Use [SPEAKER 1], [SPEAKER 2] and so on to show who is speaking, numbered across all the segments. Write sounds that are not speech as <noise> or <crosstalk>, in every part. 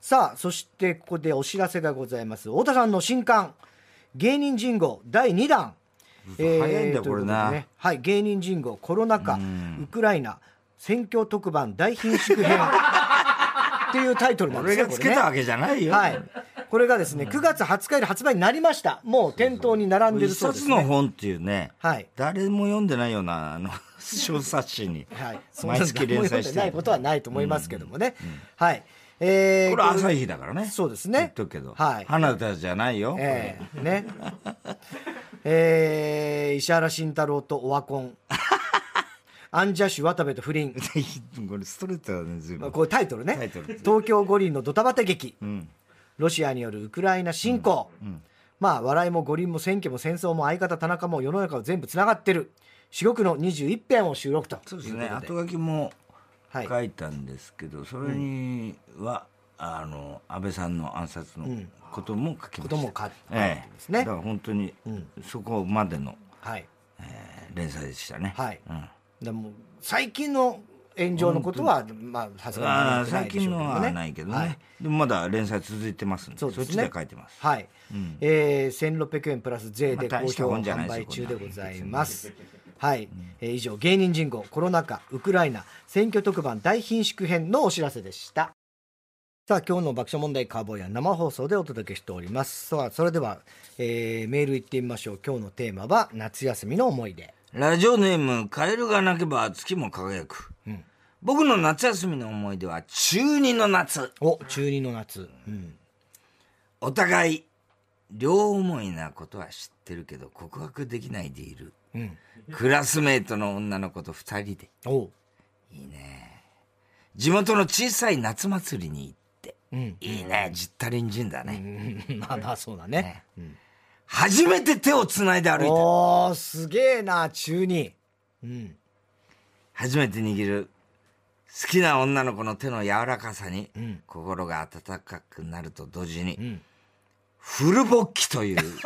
[SPEAKER 1] さあそしてここでお知らせがございます太田さんの新刊「芸人人号第2弾」
[SPEAKER 2] 早いんだよ
[SPEAKER 1] とう
[SPEAKER 2] これ
[SPEAKER 1] とで
[SPEAKER 2] な
[SPEAKER 1] ねはい、芸人人口コロナ禍ウクライナ選挙特番大貧縮編っていうタイトルなんで
[SPEAKER 2] 俺
[SPEAKER 1] すね
[SPEAKER 2] がつけたわけじゃないよ。
[SPEAKER 1] これねはいこれがですね9月20日より発売になりましたもう店頭に並んでる
[SPEAKER 2] 一
[SPEAKER 1] そうです、
[SPEAKER 2] 冊
[SPEAKER 1] ね、
[SPEAKER 2] の本っていうね、
[SPEAKER 1] はい
[SPEAKER 2] 誰も読んでないような、
[SPEAKER 1] <laughs>
[SPEAKER 2] あの、小冊子に
[SPEAKER 1] はい、、
[SPEAKER 2] 毎月連載
[SPEAKER 1] そ
[SPEAKER 2] し
[SPEAKER 1] ん
[SPEAKER 2] て
[SPEAKER 1] なの誰も読んでない
[SPEAKER 2] ある。
[SPEAKER 1] ことはないと思いますけどもね、はい、えー
[SPEAKER 2] これ朝日だからね。
[SPEAKER 1] そうですね
[SPEAKER 2] 言っとくけど。
[SPEAKER 1] はい
[SPEAKER 2] 花田じゃないよ。
[SPEAKER 1] ええねえー石原慎太郎とオワコンアンジャッシュ渡部と不倫
[SPEAKER 2] これ <laughs> ストレートだね、随
[SPEAKER 1] まあ
[SPEAKER 2] 分。
[SPEAKER 1] こういうタイトルね
[SPEAKER 2] タイトル
[SPEAKER 1] 東京五輪のドタバタ劇、
[SPEAKER 2] ん
[SPEAKER 1] ロシアによるウクライナ侵攻、まあ笑いも五輪も選挙も戦争も相方田中も世の中は全部つながってる四国の21編を収録と
[SPEAKER 2] そうですね。後書きも
[SPEAKER 1] はい
[SPEAKER 2] 書いたんですけど、それには、あの、安倍さんの暗殺のことも書きました。
[SPEAKER 1] ことも書いて
[SPEAKER 2] ええ
[SPEAKER 1] ですね
[SPEAKER 2] だから本当に、そこまでの、
[SPEAKER 1] はい
[SPEAKER 2] えー連載でしたね。
[SPEAKER 1] はい
[SPEAKER 2] うん
[SPEAKER 1] でも最近の炎上のことはまあさす
[SPEAKER 2] あ
[SPEAKER 1] が
[SPEAKER 2] あ
[SPEAKER 1] にな
[SPEAKER 2] 最
[SPEAKER 1] いでし
[SPEAKER 2] 近
[SPEAKER 1] ょう
[SPEAKER 2] の
[SPEAKER 1] けど
[SPEAKER 2] は
[SPEAKER 1] ね
[SPEAKER 2] ないけどね、
[SPEAKER 1] はい
[SPEAKER 2] でもまだ連載続いてますんで
[SPEAKER 1] そうですね
[SPEAKER 2] っちで書いてます
[SPEAKER 1] はい、えー、1600円プラス税で好評販売中でございます。はい、えー以上芸人人口コロナ禍ウクライナ選挙特番大貧縮編のお知らせでした。さあ今日の爆笑問題カーボーイは生放送でお届けしております。さあそれでは、えーメールいってみましょう。今日のテーマは夏休みの思い出。
[SPEAKER 2] ラジオネーム「カエルが鳴けば月も輝く」僕の夏休みの思い出は中二の夏
[SPEAKER 1] お中二の夏。うん。
[SPEAKER 2] お互い両思いなことは知ってるけど告白できないでいる、クラスメートの女の子と2人で
[SPEAKER 1] おう
[SPEAKER 2] 地元の小さい夏祭りに行って、
[SPEAKER 1] ん
[SPEAKER 2] いいねじったりんじんだ
[SPEAKER 1] う
[SPEAKER 2] ね、
[SPEAKER 1] ん <laughs> まあまあそうだね。
[SPEAKER 2] 初めて手をつないで歩いた
[SPEAKER 1] おーすげえな中二。うん。
[SPEAKER 2] 初めて握る好きな女の子の手の柔らかさに心が温かくなると同時に、
[SPEAKER 1] ん
[SPEAKER 2] フル勃起という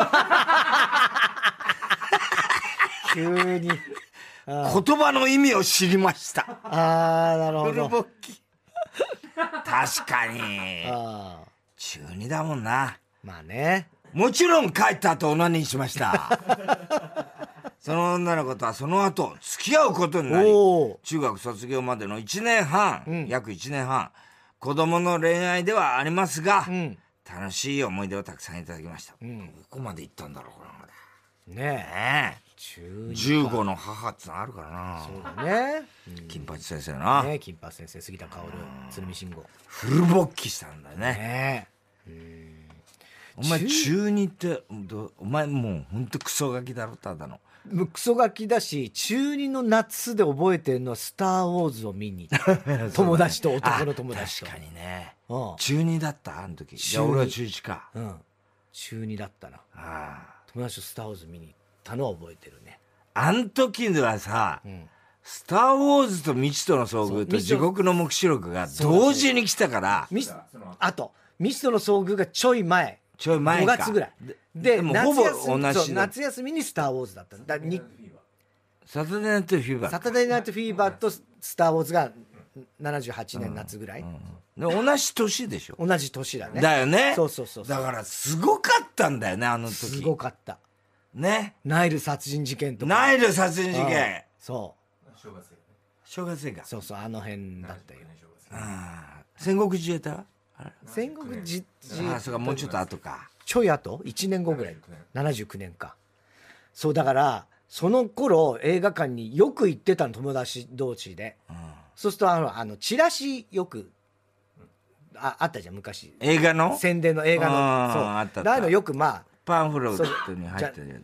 [SPEAKER 1] <laughs> 急に。
[SPEAKER 2] 言葉の意味を知りました
[SPEAKER 1] ああなる
[SPEAKER 2] フ
[SPEAKER 1] ほ
[SPEAKER 2] ル
[SPEAKER 1] ど。
[SPEAKER 2] 勃起
[SPEAKER 1] <laughs>
[SPEAKER 2] 確かに
[SPEAKER 1] ああ
[SPEAKER 2] 中二だもんな
[SPEAKER 1] まあね。
[SPEAKER 2] もちろん帰った後オナニーしました
[SPEAKER 1] <laughs>
[SPEAKER 2] その女の子とはその後付き合うことになり
[SPEAKER 1] お
[SPEAKER 2] 中学卒業までの1年半、約1年半子供の恋愛ではありますが、
[SPEAKER 1] ん
[SPEAKER 2] 楽しい思い出をたくさんいただきました、どこまで行ったんだろうこれま
[SPEAKER 1] お。ねえ。中
[SPEAKER 2] でねえ
[SPEAKER 1] 二
[SPEAKER 2] 15の母っつうのあるからな
[SPEAKER 1] ね。
[SPEAKER 2] 金八先生な、
[SPEAKER 1] ね金八先生、杉田薫、鶴見信吾。
[SPEAKER 2] フル勃起したんだよね
[SPEAKER 1] ね
[SPEAKER 2] お前中二ってどお前もうほんとクソガキだろただの
[SPEAKER 1] え。もうクソガキだし、中二の夏で覚えてるのはスターウォーズを見に行
[SPEAKER 2] <laughs>
[SPEAKER 1] った友達と男の友達と
[SPEAKER 2] あ。確かにね
[SPEAKER 1] うん
[SPEAKER 2] 中二だったあの時じゃあ
[SPEAKER 1] 中二
[SPEAKER 2] 俺は中1か
[SPEAKER 1] うん。中二だったな。
[SPEAKER 2] ああ
[SPEAKER 1] 友達とスターウォーズ見に行ったのは覚えてるね。
[SPEAKER 2] あん時ではさ、スター・ウォーズと未知との遭遇と
[SPEAKER 1] 未知と
[SPEAKER 2] 地獄の黙示録が同時に来たから、
[SPEAKER 1] ミス、あと、ミストの遭遇がちょい前。
[SPEAKER 2] ちょい前
[SPEAKER 1] 5
[SPEAKER 2] か。
[SPEAKER 1] 月ぐらい。
[SPEAKER 2] で、
[SPEAKER 1] で、
[SPEAKER 2] も
[SPEAKER 1] 夏
[SPEAKER 2] ほぼ
[SPEAKER 1] 休み
[SPEAKER 2] 同
[SPEAKER 1] そう
[SPEAKER 2] じだ。
[SPEAKER 1] 夏休みにスター・ウォーズだったのだに
[SPEAKER 2] サタデーナイトフィーバ
[SPEAKER 1] サ
[SPEAKER 2] ー。
[SPEAKER 1] タデーナイトフィーバーとスター・ウォーズが78年夏ぐらい、
[SPEAKER 2] で同じ年でしょ。
[SPEAKER 1] 同じ年だね
[SPEAKER 2] だよね。
[SPEAKER 1] そうそうそうそう
[SPEAKER 2] だから、すごかったんだよね、あの時。
[SPEAKER 1] すごかった
[SPEAKER 2] ね。
[SPEAKER 1] ナイル殺人事件とか
[SPEAKER 2] ナイル殺人事
[SPEAKER 1] うん
[SPEAKER 2] 件。
[SPEAKER 1] そう
[SPEAKER 2] 小学生か。
[SPEAKER 1] そうそうあの辺だったよ
[SPEAKER 2] ああ戦国自衛隊はあれ
[SPEAKER 1] 戦国じじ
[SPEAKER 2] ああ、そうか、もうちょっと後か。
[SPEAKER 1] ちょい後1年後ぐらい79年かそうだからその頃映画館によく行ってたの友達同士で、そうするとあのあのチラシよくああったじゃん昔
[SPEAKER 2] 映画の
[SPEAKER 1] 宣伝の映画
[SPEAKER 2] あ
[SPEAKER 1] の
[SPEAKER 2] ー
[SPEAKER 1] そう
[SPEAKER 2] あったあった
[SPEAKER 1] だからよくまあ
[SPEAKER 2] パンフレットに入ってるやつね。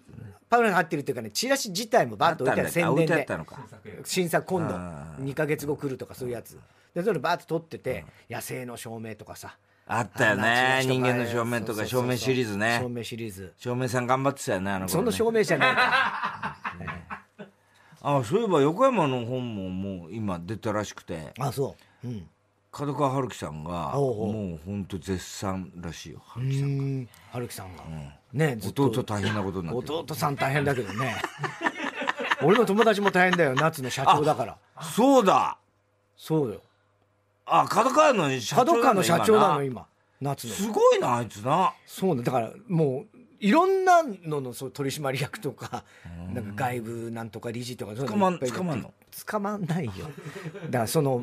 [SPEAKER 1] パウロに入ってるっていうかねチラシ自体もバ
[SPEAKER 2] あ
[SPEAKER 1] ッ
[SPEAKER 2] っ
[SPEAKER 1] と
[SPEAKER 2] た
[SPEAKER 1] 置い
[SPEAKER 2] ん
[SPEAKER 1] てある
[SPEAKER 2] だっ
[SPEAKER 1] 宣伝
[SPEAKER 2] けあ置いて
[SPEAKER 1] で
[SPEAKER 2] あったのか。
[SPEAKER 1] 新作今度
[SPEAKER 2] あ
[SPEAKER 1] 2か月後来るとかそういうやつでそれバーッと撮ってて「野生の証明」とかさ
[SPEAKER 2] あったよね。人間の証明とか、証明シリーズね
[SPEAKER 1] 証。明シリーズ
[SPEAKER 2] 照明さん頑張ってたよね、あの
[SPEAKER 1] そ
[SPEAKER 2] 頃
[SPEAKER 1] の
[SPEAKER 2] ね。
[SPEAKER 1] 証明じゃないか
[SPEAKER 2] あ、そういえば横山の本ももう今出たらしくて、
[SPEAKER 1] らあそううん
[SPEAKER 2] 角川春樹さんが、
[SPEAKER 1] おうおう
[SPEAKER 2] もうほんと絶賛らしいよ、
[SPEAKER 1] う
[SPEAKER 2] 春樹さん。
[SPEAKER 1] ーん春樹さんがねずっと
[SPEAKER 2] 弟大変なことになってる。
[SPEAKER 1] 弟さん大変だけどね俺の友達も大変だよ夏の社長だから
[SPEAKER 2] そうだ
[SPEAKER 1] そうよ
[SPEAKER 2] あ、角川の社長な
[SPEAKER 1] 角川の社長なの
[SPEAKER 2] 今
[SPEAKER 1] 今夏の
[SPEAKER 2] すごいなあいつな
[SPEAKER 1] そうねだからもういろんなののそう取締役とかなんか外部なんとか理事とか
[SPEAKER 2] 捕まん捕まんの
[SPEAKER 1] 捕まんないよだからその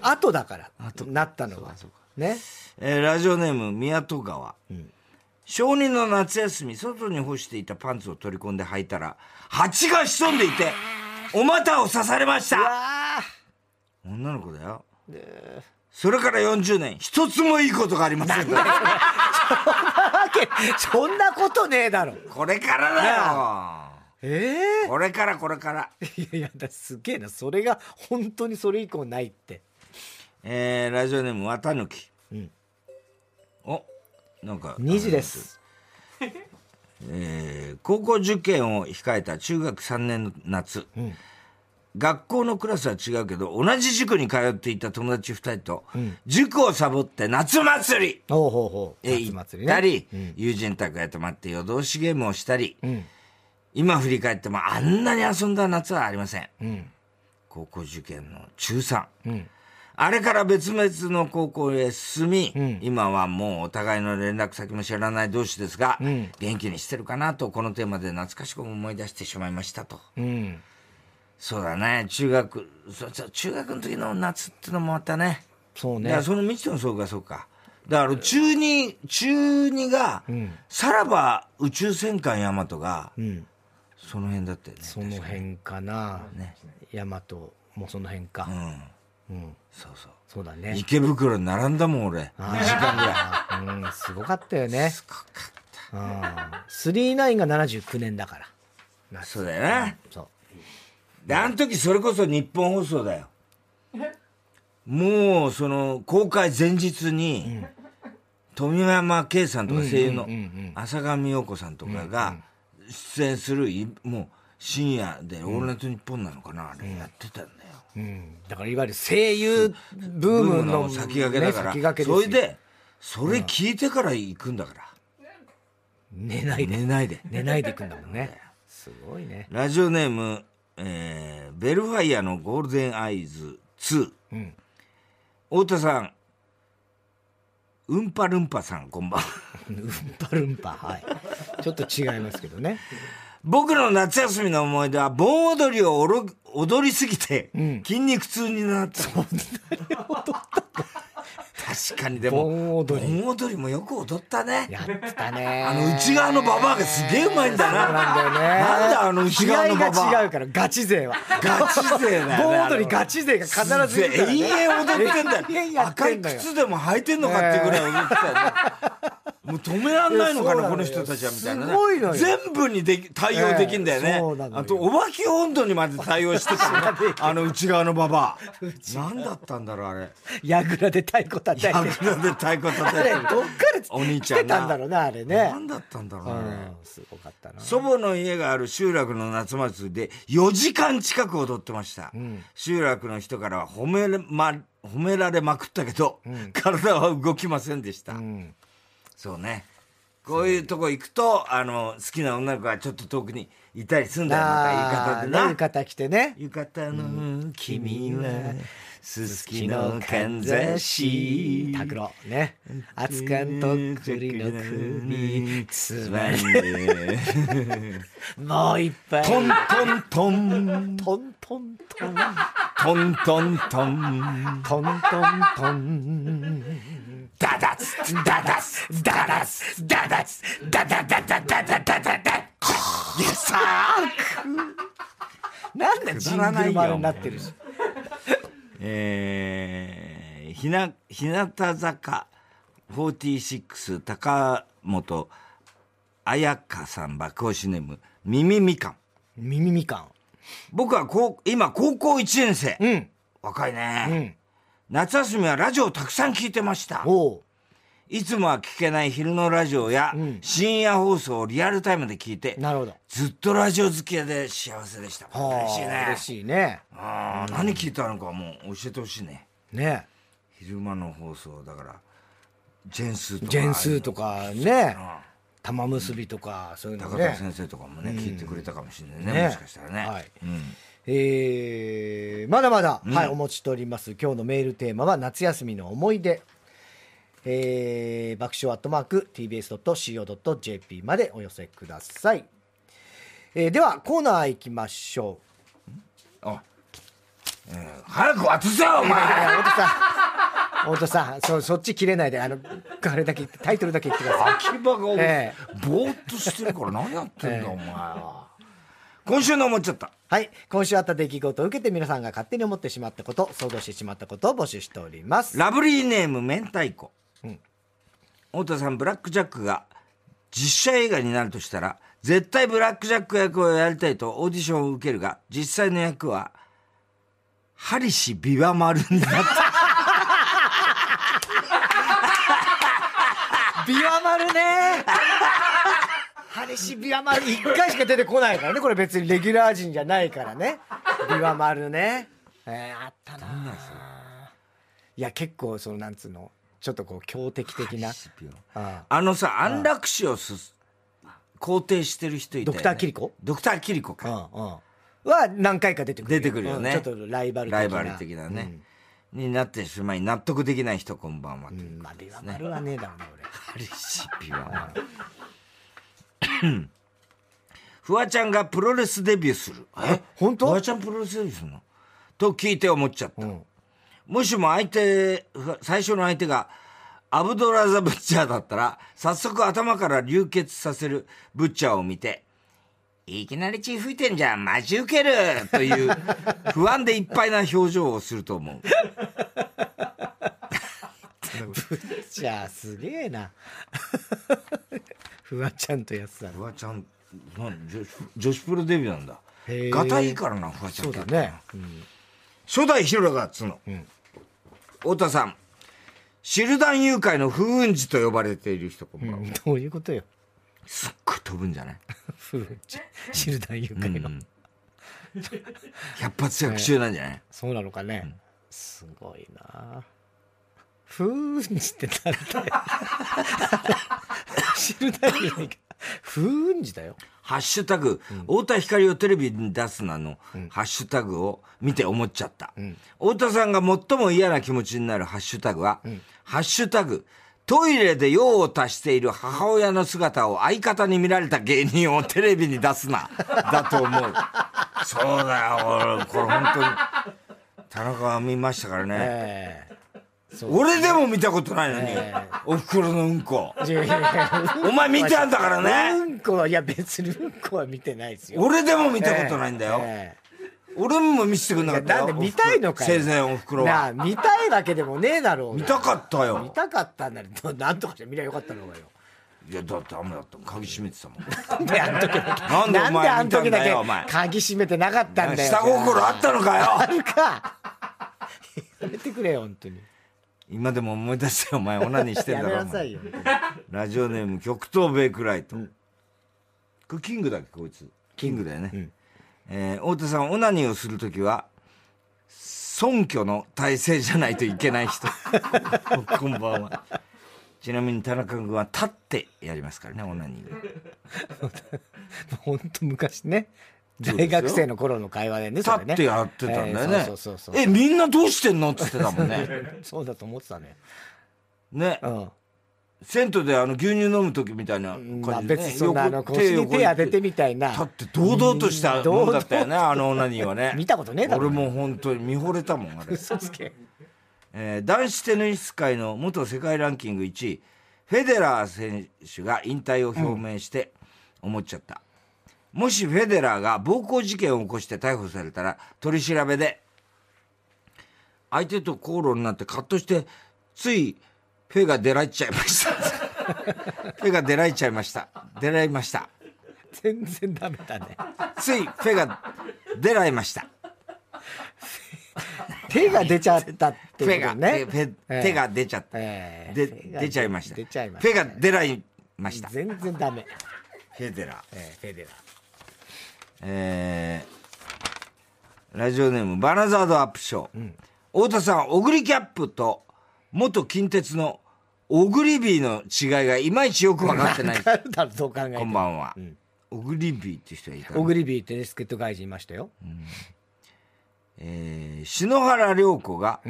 [SPEAKER 1] 後だからなったのはね
[SPEAKER 2] えーラジオネーム宮戸川、小人の夏休み外に干していたパンツを取り込んで履いたら蜂が潜んでいてお股を刺されました
[SPEAKER 1] あ
[SPEAKER 2] 女の子だよそれから40年一つもいいことがありませんね
[SPEAKER 1] あそんなことねえだろ
[SPEAKER 2] これからだ
[SPEAKER 1] え
[SPEAKER 2] よこれからこれから
[SPEAKER 1] えいやいやだすげえなそれが本当にそれ以降ないって
[SPEAKER 2] えーラジオネーム綿貫、おなんか
[SPEAKER 1] 2時です
[SPEAKER 2] えー高校受験を控えた中学3年の夏、
[SPEAKER 1] ん
[SPEAKER 2] 学校のクラスは違うけど同じ塾に通っていた友達2人と、塾をサボって夏祭り
[SPEAKER 1] ほうほうほう
[SPEAKER 2] へ
[SPEAKER 1] 夏
[SPEAKER 2] 行っ
[SPEAKER 1] 祭り
[SPEAKER 2] たり、
[SPEAKER 1] うん
[SPEAKER 2] 友人宅へ泊まって夜通しゲームをしたり、
[SPEAKER 1] うん
[SPEAKER 2] 今振り返ってもあんなに遊んだ夏はありません
[SPEAKER 1] うん
[SPEAKER 2] 高校受験の中3
[SPEAKER 1] うん
[SPEAKER 2] あれから別々の高校へ進み、
[SPEAKER 1] ん
[SPEAKER 2] 今はもうお互いの連絡先も知らない同士ですが、
[SPEAKER 1] うん
[SPEAKER 2] 元気にしてるかなとこのテーマで懐かしく思い出してしまいましたと
[SPEAKER 1] うん
[SPEAKER 2] そうだね中学そそう中学の時の夏ってのもまたね
[SPEAKER 1] そう
[SPEAKER 2] だか
[SPEAKER 1] ね
[SPEAKER 2] らその未知のそうかそうかだから中二中二が、さらば宇宙戦艦ヤマトが
[SPEAKER 1] うん
[SPEAKER 2] その辺だったよね
[SPEAKER 1] その辺かな大和もその辺か
[SPEAKER 2] 確かうん
[SPEAKER 1] うん
[SPEAKER 2] そうそう
[SPEAKER 1] そうだね
[SPEAKER 2] 池袋に並んだもん俺
[SPEAKER 1] あーうんすごかったよね
[SPEAKER 2] すごかった
[SPEAKER 1] あー39が79年だから
[SPEAKER 2] そうだよな
[SPEAKER 1] そう
[SPEAKER 2] であの時それこそ日本放送だよもうその公開前日に、富山圭さんとか声優
[SPEAKER 1] う
[SPEAKER 2] の
[SPEAKER 1] んうんうんうん
[SPEAKER 2] 浅上陽子さんとかが出演するいもう深夜で「オールナイトニッポン」なのかなあれやってたんだよ
[SPEAKER 1] うん、だからいわゆる声優ブー
[SPEAKER 2] ブー
[SPEAKER 1] ム
[SPEAKER 2] ム
[SPEAKER 1] の
[SPEAKER 2] の先駆けだから、
[SPEAKER 1] ね先駆けですよ
[SPEAKER 2] それでそれ聞いてから行くんだから、
[SPEAKER 1] 寝ないで
[SPEAKER 2] 寝ないで
[SPEAKER 1] 寝ないでいくんだもんねすごいね
[SPEAKER 2] ラジオネーム、えーベルファイアのゴールデンアイズ2。
[SPEAKER 1] うん
[SPEAKER 2] 太田さん、うんぱるんぱさん、こんばんは。 <laughs>
[SPEAKER 1] うんぱるんぱはいちょっと違いますけど
[SPEAKER 2] <laughs>
[SPEAKER 1] ね
[SPEAKER 2] 僕の夏休みの思い出は、盆踊りをおろ踊りすぎて、
[SPEAKER 1] ん
[SPEAKER 2] 筋肉痛になった。確かに、でも、
[SPEAKER 1] 盆踊り
[SPEAKER 2] 盆踊りもよく踊ったね。
[SPEAKER 1] やってたね
[SPEAKER 2] あの内側のババアがすげえうまいんだ
[SPEAKER 1] そう
[SPEAKER 2] な。
[SPEAKER 1] なんだよね
[SPEAKER 2] なんであの内側のバ
[SPEAKER 1] 気合
[SPEAKER 2] バ
[SPEAKER 1] が
[SPEAKER 2] ア
[SPEAKER 1] 違うからガチ勢は
[SPEAKER 2] ガチ勢だよね。
[SPEAKER 1] 盆踊りガチ勢が必ずいるから、ね、
[SPEAKER 2] 永遠踊ってんだよ
[SPEAKER 1] 永遠やっ
[SPEAKER 2] 赤
[SPEAKER 1] て
[SPEAKER 2] い
[SPEAKER 1] んだよ
[SPEAKER 2] 靴でも履いてんのかっていうぐらい踊ってたよねもう止めらんないのか
[SPEAKER 1] いやそうなの
[SPEAKER 2] な
[SPEAKER 1] よ
[SPEAKER 2] この人たちはみたいなね
[SPEAKER 1] すごいのよ
[SPEAKER 2] 全部にでき対応できんだよ
[SPEAKER 1] ええ
[SPEAKER 2] ね
[SPEAKER 1] そうなのよ
[SPEAKER 2] あとお化け温度にまで対応してた
[SPEAKER 1] <laughs>
[SPEAKER 2] ねあの内側のババア何だったんだろう
[SPEAKER 1] <laughs>
[SPEAKER 2] あれ
[SPEAKER 1] やぐらで太鼓叩いて
[SPEAKER 2] 桜で太鼓
[SPEAKER 1] あ
[SPEAKER 2] 叩い
[SPEAKER 1] れ
[SPEAKER 2] <laughs> て
[SPEAKER 1] どっ
[SPEAKER 2] る
[SPEAKER 1] から
[SPEAKER 2] お兄
[SPEAKER 1] 来
[SPEAKER 2] ちゃ
[SPEAKER 1] て
[SPEAKER 2] ん
[SPEAKER 1] たんだ
[SPEAKER 2] な
[SPEAKER 1] ろうなあれね
[SPEAKER 2] 何だったんだろう
[SPEAKER 1] う
[SPEAKER 2] なあれ
[SPEAKER 1] んすごかったな
[SPEAKER 2] 祖母の家がある集落の夏祭りで4時間近く踊ってました、集落の人からは褒めれ、ま、褒められまくったけど、体は動きませんでした、
[SPEAKER 1] ん
[SPEAKER 2] そうねこういうとこ行くとあの好きな女の子がちょっと遠くにいたりすんだよ
[SPEAKER 1] あーね
[SPEAKER 2] なん
[SPEAKER 1] 浴
[SPEAKER 2] か
[SPEAKER 1] 衣着てね
[SPEAKER 2] 言い方でな浴衣の君はすすきのかんざし
[SPEAKER 1] 拓郎ね熱燗と栗の首つまりもう一杯
[SPEAKER 2] トントントン
[SPEAKER 1] トントントン
[SPEAKER 2] トントン
[SPEAKER 1] ト
[SPEAKER 2] トン。
[SPEAKER 1] ントントン
[SPEAKER 2] ダダス、ダダス、ダダス、ダダス、ダダダダダダダダダ。イエス
[SPEAKER 1] なんでジングル丸になってるし
[SPEAKER 2] えー、ひな、ひなた坂46高本彩香さん爆押しネーム、耳みかん。
[SPEAKER 1] 耳みか
[SPEAKER 2] 僕はこう、今高校1年生。
[SPEAKER 1] んうん
[SPEAKER 2] 若いうね。
[SPEAKER 1] ん
[SPEAKER 2] 夏休みはラジオをたくさん聞いてました。
[SPEAKER 1] おう
[SPEAKER 2] いつもは聞けない昼のラジオや
[SPEAKER 1] うん
[SPEAKER 2] 深夜放送をリアルタイムで聞いて、
[SPEAKER 1] なるほど
[SPEAKER 2] ずっとラジオ付き合いで幸せでした。
[SPEAKER 1] はあ
[SPEAKER 2] 嬉しいね。
[SPEAKER 1] 嬉しいね
[SPEAKER 2] あー何聞いたのかもう教えてほしいね。
[SPEAKER 1] ね
[SPEAKER 2] 昼間の放送だから、ジェンスーとか。
[SPEAKER 1] ジェンスーとかね
[SPEAKER 2] あ
[SPEAKER 1] 玉結びとかそういう
[SPEAKER 2] あいう
[SPEAKER 1] の
[SPEAKER 2] の
[SPEAKER 1] も
[SPEAKER 2] 高田
[SPEAKER 1] ね
[SPEAKER 2] 先生とかもね、聞いてくれたかもしれないね。
[SPEAKER 1] ね
[SPEAKER 2] もしかしたらね。
[SPEAKER 1] はい
[SPEAKER 2] うん
[SPEAKER 1] えーまだまだ、はい、お持ちしております。今日のメールテーマは夏休みの思い出。えー、爆笑アットマーク tbs.co.jp までお寄せください。えー、では、コーナー行きましょ
[SPEAKER 2] う。あ、うん、早く渡せよ、お前
[SPEAKER 1] <laughs> 太田さん。太田さん、そ、そっち切れないで、あの、あれだけ、タイトルだけ言ってください。
[SPEAKER 2] 秋葉が、えー、ぼーっとしてるから何やってんだ、えー、お前は。今週の思っちゃった。
[SPEAKER 1] はい。今週あった出来事を受けて皆さんが勝手に思ってしまったこと、想像してしまったことを募集しております。
[SPEAKER 2] ラブリーネーム、明太子。うん。太田さん、ブラックジャックが実写映画になるとしたら、絶対ブラックジャック役をやりたいとオーディションを受けるが、実際の役は、ハリシ・ビワ丸になった。
[SPEAKER 1] ビワ丸ね。ハリシビワ丸1回しか出てこないからねこれ別にレギュラー陣じゃないからねビワ丸ね、えー、あったないや結構そのなんつうのちょっとこう強敵的な
[SPEAKER 2] あのさ安楽死をす肯定してる人いた、
[SPEAKER 1] ね、ドクターキリコ
[SPEAKER 2] ドクターキリコか、うん
[SPEAKER 1] うん、は何回か出てくる
[SPEAKER 2] 出てくるよね、
[SPEAKER 1] うん、ちょっとライバル的な、
[SPEAKER 2] ライバル的なね、うん、になってしまい納得できない人こんばんは、ね、うん
[SPEAKER 1] まあビワ丸はねえだろうね俺
[SPEAKER 2] ハリシビワ丸フワちゃんがプロレスデビューする。
[SPEAKER 1] え本当
[SPEAKER 2] フワちゃんプロレスデビューするのと聞いて思っちゃった。うん、もしも相手、最初の相手が、アブドラザ・ブッチャーだったら、早速頭から流血させるブッチャーを見て、いきなり血吹いてんじゃん、マジウケるという、不安でいっぱいな表情をすると思う。
[SPEAKER 1] ブッチャーすげえ
[SPEAKER 2] <laughs>
[SPEAKER 1] な。フワちゃんとやつだ
[SPEAKER 2] フワちゃん女子女子プロデビューなんだガタいいからなフワちゃ
[SPEAKER 1] そ
[SPEAKER 2] ん、
[SPEAKER 1] うだね、うん
[SPEAKER 2] 初代ヒロラがつの、うん、太田さんシルダン誘拐の風雲児と呼ばれている人こんばんは、うん、
[SPEAKER 1] どういうことよ
[SPEAKER 2] すっごい飛ぶんじゃない
[SPEAKER 1] 風雲児シルダン誘拐の、うん、
[SPEAKER 2] <laughs> 百発百中なんじゃない、ね、
[SPEAKER 1] そうなのかね、すごいな風雲児って誰だよ知るだけないか。風雲児だよ。
[SPEAKER 2] ハッシュタグ、うん、太田光をテレビに出すなの、うん、ハッシュタグを見て思っちゃった、うん、太田さんが最も嫌な気持ちになるハッシュタグは、ハッシュタグ、トイレで用を足している母親の姿を相方に見られた芸人をテレビに出す <laughs> な、だと思う。そうだよ、俺、これ本当に。田中は見ましたからね。えーね、俺でも見たことないのに、えー、おふくろのうんこお前見たんだからね
[SPEAKER 1] うんこはいや別にうんこは見てないですよ
[SPEAKER 2] 俺でも見たことないんだよ、えーえー、俺も見せてくんなかった
[SPEAKER 1] よなんで見たいのか
[SPEAKER 2] よ生前おふくろは
[SPEAKER 1] 見たいわけでもねえだろう
[SPEAKER 2] 見たかったよ
[SPEAKER 1] 見たかったんだらなんとかして見りゃよかったのかよ
[SPEAKER 2] いやだって雨だった鍵閉めてた
[SPEAKER 1] <laughs> な
[SPEAKER 2] もん
[SPEAKER 1] んであん時だけ
[SPEAKER 2] なんでお前
[SPEAKER 1] 見たんだよお前鍵閉めてなかったんだよ
[SPEAKER 2] 下心あったのかよ
[SPEAKER 1] あるかやめてくれよ本当に
[SPEAKER 2] 今でも思い出せよお前オナニーしてんだろラジオネーム極東ベイクライト、うん、これキングだっけこいつキングだよね、うん、えー、太田さんオナニーをする時は尊虚の体制じゃないといけな
[SPEAKER 1] <laughs>
[SPEAKER 2] い人こんばんはちなみに田中君は立ってやりますからねオナニ
[SPEAKER 1] ー本当昔ね大学生の頃の会話でね、
[SPEAKER 2] 立ってやってたんだよね。え、みんなどうしてんのっつってたもんね。
[SPEAKER 1] <laughs> そうだと思ってたね。
[SPEAKER 2] ね。うん。銭湯であの牛乳飲む時みたいな感じで、ね、まあ、
[SPEAKER 1] 別にそんなあの腰に手当ててみたいな
[SPEAKER 2] 立って堂々としたもんだったよねあの女にはね
[SPEAKER 1] 見たことねえだ
[SPEAKER 2] ろ、ね、俺も本当に見惚れたもんあれ
[SPEAKER 1] 嘘つけ、
[SPEAKER 2] えー、男子テニス界の元世界ランキング1位フェデラー選手が引退を表明して思っちゃった、うんもしフェデラーが暴行事件を起こして逮捕されたら、取り調べで、相手と口論になってカットして、つい、フェが出られちゃいました。フェが出られちゃいました。出られました。
[SPEAKER 1] 全然ダメだね。
[SPEAKER 2] つい、フェが出られました。
[SPEAKER 1] 手が出ちゃったってことね。
[SPEAKER 2] フェが、手が出ちゃった。えー、で出ちゃいました。出ちゃいました。フェが出られました。
[SPEAKER 1] 全然ダメ。
[SPEAKER 2] フェデラー。
[SPEAKER 1] えー、フェデラー。
[SPEAKER 2] えー、ラジオネームバナザードアップショー、うん、太田さんオグリキャップと元近鉄のオグリビーの違いがいまいちよく分かって <laughs> ない
[SPEAKER 1] こ
[SPEAKER 2] んばんは、うん、オグリビーって人はいた
[SPEAKER 1] オグリビーって助っ人外人いましたよ、うん、
[SPEAKER 2] えー、篠原涼子が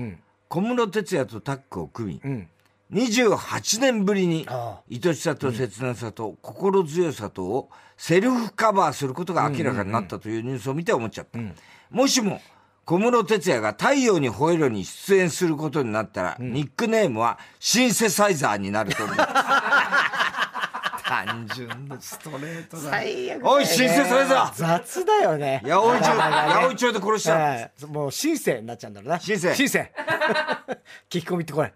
[SPEAKER 2] 小室哲哉とタッグを組み、うん、 28年ぶりに愛しさと切なさと心強さとをセルフカバーすることが明らかになったというニュースを見て思っちゃった。もしも小室哲也が太陽に吠えろに出演することになったら、ニックネームはシンセサイザーになると思 <laughs> う。単純なストレートだ。
[SPEAKER 1] 最悪だよね
[SPEAKER 2] おい、シンセサイザー
[SPEAKER 1] 雑だよね。
[SPEAKER 2] 八百長、
[SPEAKER 1] 頭がね
[SPEAKER 2] 八百長で殺した。
[SPEAKER 1] ええもう、新生になっちゃうんだろうな。
[SPEAKER 2] シンセ
[SPEAKER 1] 新
[SPEAKER 2] <laughs>
[SPEAKER 1] 生聞き込みってこれ。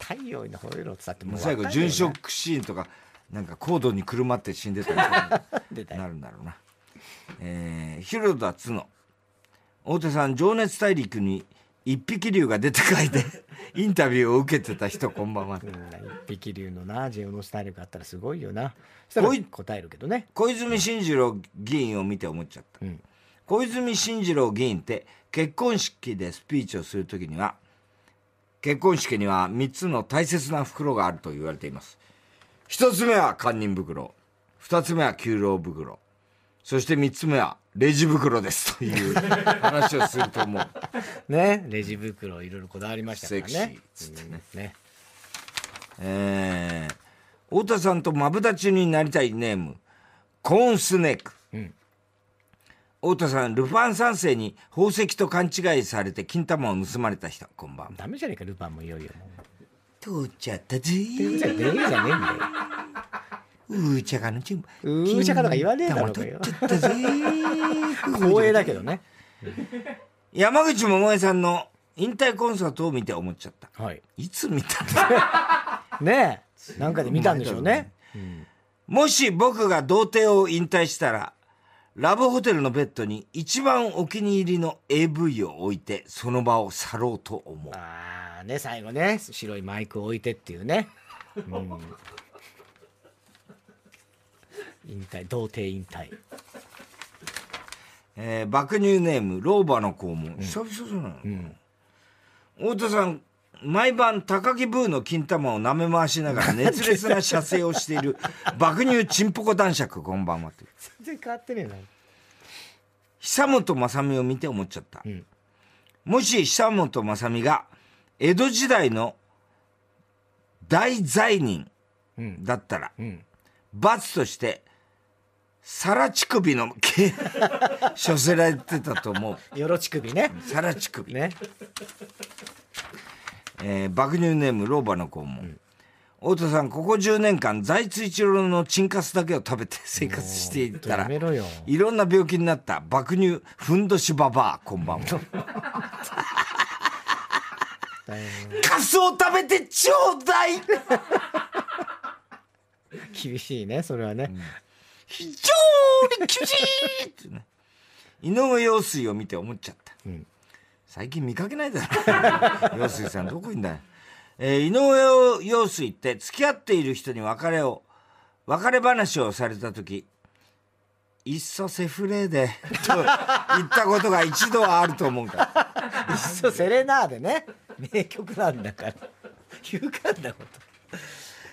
[SPEAKER 1] 太陽に吠えろってさってもう
[SPEAKER 2] 最後、殉職シーンとか、なんかコードにくるまって死んでたりとか
[SPEAKER 1] <laughs> 出たよ
[SPEAKER 2] なるんだろうな。えー、広田つの。大手さん、情熱大陸に一匹竜が出て書いて、 <laughs> インタビューを受けてた人、こんばんは。
[SPEAKER 1] 一匹竜のな、ジェオのスタイルがあったらすごいよな。したら
[SPEAKER 2] おい
[SPEAKER 1] 答えるけどね。
[SPEAKER 2] 小泉進次郎議員を見て思っちゃった、小泉進次郎議員って結婚式でスピーチをするときには結婚式には3つの大切な袋があると言われています1つ目は堪忍袋2つ目は給料袋そして3つ目はレジ袋ですという話をすると思う
[SPEAKER 1] ね。レジ袋いろいろこだわりましたか
[SPEAKER 2] セ
[SPEAKER 1] ら
[SPEAKER 2] クシー
[SPEAKER 1] ね
[SPEAKER 2] っ。つってね
[SPEAKER 1] ね。
[SPEAKER 2] えー、太田さんとマブダチになりたいネーム、コーンスネーク。太田さん、ルパン三世に宝石と勘違いされて金玉を盗まれた人、こんばんは。
[SPEAKER 1] ダメじゃねえか、ルパンもいよいよ。
[SPEAKER 2] とうちゃったぜ
[SPEAKER 1] うーちゃん、出るじゃねえんだよ。
[SPEAKER 2] うーちゃかのチーム。
[SPEAKER 1] うーちゃかとか言わねえだろうがよ
[SPEAKER 2] 金玉取っちゃったぜ
[SPEAKER 1] 光栄だけどね。
[SPEAKER 2] 山口百恵さんの引退コンサートを見て思っちゃった。
[SPEAKER 1] はい。
[SPEAKER 2] いつ見たんだろう
[SPEAKER 1] ねえ。なんかで見たんでしょうね。
[SPEAKER 2] もし僕が童貞を引退したら、ラブホテルのベッドに一番お気に入りの AV を置いて、その場を去ろうと思う。
[SPEAKER 1] ああね、最後ね、白いマイクを置いてっていうね。うん、引退、童貞引退。
[SPEAKER 2] えー、爆乳ネーム、老婆の肛門。久々じゃないの、太田さん、毎晩高木ブーの金玉を舐め回しながら熱烈な射精をしている爆乳チンポコ男爵、こんばんはという。
[SPEAKER 1] 全然変わってねえな。
[SPEAKER 2] 久本雅美を見て思っちゃった。もし久本雅美が江戸時代の大罪人だったら、罰として、皿乳首の <laughs> 刑処せられてたと思う。
[SPEAKER 1] よろち首ね。
[SPEAKER 2] 皿乳首。
[SPEAKER 1] ね。
[SPEAKER 2] えー爆乳ネーム、老婆の肛門。太田さん、ここ10年間、財津一郎のチンカスだけを食べて生活していた
[SPEAKER 1] や
[SPEAKER 2] ら
[SPEAKER 1] め、ろよ。
[SPEAKER 2] いろんな病気になった爆乳ふんどしババア、こんばんは。カスを食べてちょうだい
[SPEAKER 1] <laughs> 厳しいね、それはね。
[SPEAKER 2] 非常に厳しいってね。井上陽水を見て思っちゃった。最近見かけないだろ。陽水さんどこいんだよ。えー井上陽水って付き合っている人に別れを、別れ話をされた時いっそセフレで、と言ったことが一度はあると思うから。
[SPEAKER 1] いっそセレナーでね。名曲なんだから。言うかんなこと。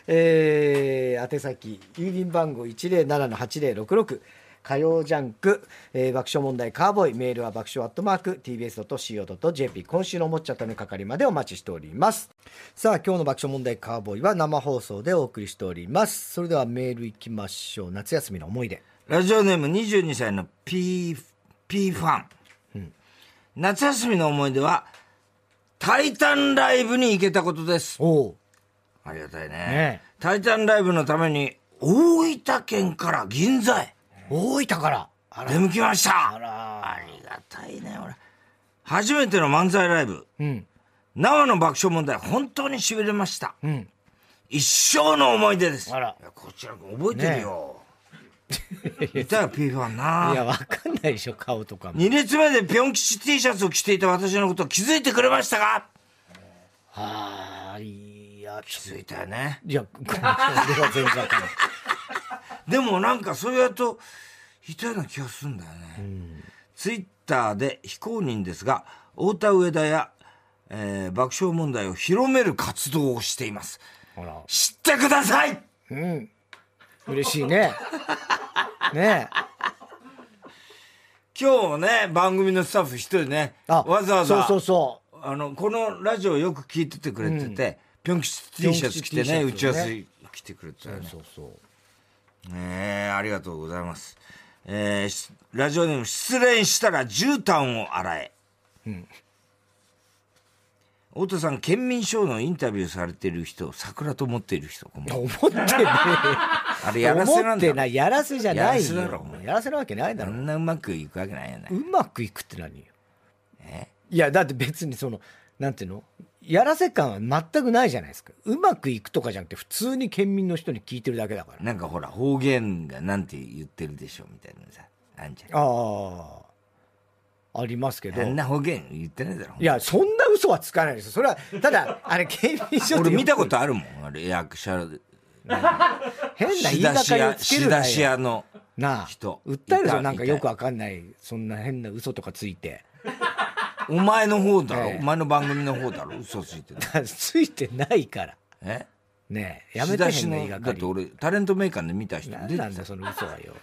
[SPEAKER 1] えー、宛先、郵便番号107-8066。火曜ジャンク、えー爆笑問題カーボーイ、メールは爆笑アットマーク、tbs.co.jp、今週のおもっちゃったの係までお待ちしております。さあ、今日の爆笑問題カーボーイは生放送でお送りしております。それではメールいきましょう。夏休みの思い出。
[SPEAKER 2] ラジオネーム22歳の P、P ファン。夏休みの思い出は、タイタンライブに行けたことです。
[SPEAKER 1] おう
[SPEAKER 2] ありがたいね。
[SPEAKER 1] ねえ
[SPEAKER 2] タイタンライブのために、大分県から銀座へ
[SPEAKER 1] 大分から。あら
[SPEAKER 2] 出向きました。
[SPEAKER 1] あら
[SPEAKER 2] ありがたいね、俺。初めての漫才ライブ。
[SPEAKER 1] ん
[SPEAKER 2] 生の爆笑問題、本当に痺れました。一生の思い出です。
[SPEAKER 1] あら
[SPEAKER 2] いやこちら覚えてるよ。いたよ、P ファンな。
[SPEAKER 1] いや、わかんないでしょ、顔とかも。
[SPEAKER 2] 2列目でピョン吉 T シャツを着ていた私のことを気づいてくれましたか
[SPEAKER 1] はあ、いや、ちょっと
[SPEAKER 2] 気づいたよね。 <laughs>
[SPEAKER 1] いや、これは全然わかんない。
[SPEAKER 2] でもなんかそうやると、いたような気がするんだよね。ツイッターで非公認ですが、太田上田や、えー爆笑問題を広める活動をしています。
[SPEAKER 1] ほら、
[SPEAKER 2] 知ってください
[SPEAKER 1] 嬉しいね。ね
[SPEAKER 2] 今日ね、番組のスタッフ一人ね、
[SPEAKER 1] え。あ、
[SPEAKER 2] わざわざ、
[SPEAKER 1] そうそうそ
[SPEAKER 2] あの、このラジオよく聞いててくれてて、ぴょん吉 T シャツ着てね、打ち合わせ来てくれたよね。。
[SPEAKER 1] そうそうそう
[SPEAKER 2] ねえ、ありがとうございます。えー、ラジオネーム、失恋したら絨毯を洗え。うん。太田さん、県民賞のインタビューされてる人、桜と思っている人、
[SPEAKER 1] 思ってねえ。
[SPEAKER 2] あ <laughs> れやらせな
[SPEAKER 1] 思
[SPEAKER 2] んだ
[SPEAKER 1] ってない、やらせじゃない
[SPEAKER 2] よ。やら
[SPEAKER 1] せやらせなわけないだろ。
[SPEAKER 2] そんなうまくいくわけないよね。
[SPEAKER 1] うまくいくって何よ。
[SPEAKER 2] え
[SPEAKER 1] いや、だって別にその、なんていうのやらせ感は全くないじゃないですか。うまくいくとかじゃなくて、普通に県民の人に聞いてるだけだから。
[SPEAKER 2] なんかほら、方言がなんて言ってるでしょ、みたいなさ、あんじゃん。
[SPEAKER 1] ああ。ありますけど。
[SPEAKER 2] あんな方言言ってないだろ。
[SPEAKER 1] いや、そんな嘘はつかないですそれは、た
[SPEAKER 2] <laughs>
[SPEAKER 1] だ、あれ、県民賞
[SPEAKER 2] 俺見たことあるもん、あれ、役者。
[SPEAKER 1] 変な言いがかりをつける
[SPEAKER 2] なよ。仕出し屋の
[SPEAKER 1] なあ、
[SPEAKER 2] 人。
[SPEAKER 1] 訴えるぞ、なんかよくわかんない、そんな変な嘘とかついて。 <laughs>
[SPEAKER 2] お前の方だろ、ええ、お前の番組の方だろ嘘ついて
[SPEAKER 1] ないついてないから
[SPEAKER 2] え
[SPEAKER 1] ねえやめてへんの言い
[SPEAKER 2] だって俺タレントメーカーで見た人
[SPEAKER 1] 何なんだその嘘はよ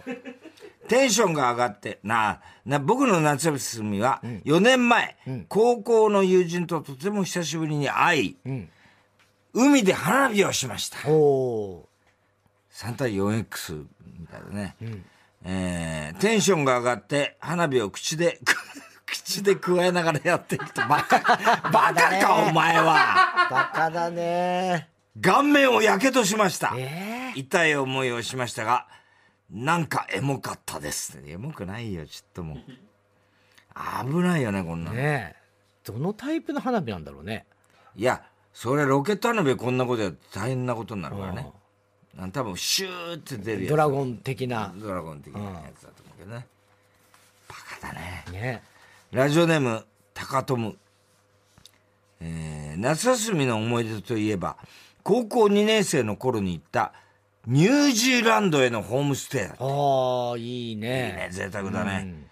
[SPEAKER 2] テンションが上がってなな僕の夏休みは4年前、うん、高校の友人ととても久しぶりに会い、うん、海で花火をしました
[SPEAKER 1] お
[SPEAKER 2] 3対 4X みたいなね、うん、えー、テンションが上がって花火を口で <laughs> 口で加えながらやっていくと、バ
[SPEAKER 1] <laughs>
[SPEAKER 2] カ、バカか、お前は。
[SPEAKER 1] バカだね。
[SPEAKER 2] 顔面をやけどしました、
[SPEAKER 1] えー。
[SPEAKER 2] 痛い思いをしましたが、なんかエモかったです。エモくないよ、ちょっともう。危ないよね、こんな
[SPEAKER 1] ねどのタイプの花火なんだろうね。
[SPEAKER 2] いや、それロケット花火こんなことやって大変なことになるからね。なん多分シューって出るやつ。
[SPEAKER 1] ドラゴン的な。
[SPEAKER 2] ドラゴン的なやつだと思うけどね。バカだね。
[SPEAKER 1] ね
[SPEAKER 2] ラジオネーム、高友。えー、夏休みの思い出といえば、高校2年生の頃に行ったニュージーランドへのホームステイだった。
[SPEAKER 1] ああ、いいね。
[SPEAKER 2] いいね、贅沢だね、うん、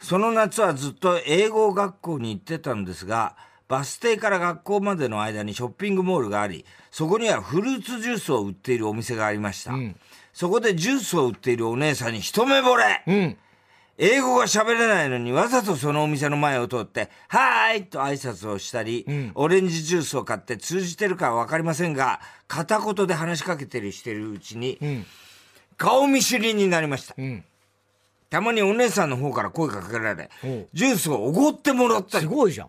[SPEAKER 2] その夏はずっと英語学校に行ってたんですが、バス停から学校までの間にショッピングモールがあり、そこにはフルーツジュースを売っているお店がありました。うん、そこでジュースを売っているお姉さんに一目惚れ、
[SPEAKER 1] うん
[SPEAKER 2] 英語が喋れないのにわざとそのお店の前を通って、はーいと挨拶をしたり、うん、オレンジジュースを買って通じてるかはわかりませんが、片言で話しかけたりしてるうちに、うん、顔見知りになりました、
[SPEAKER 1] うん。
[SPEAKER 2] たまにお姉さんの方から声かけられ、ジュースをおごってもらったり。
[SPEAKER 1] すごいじゃん。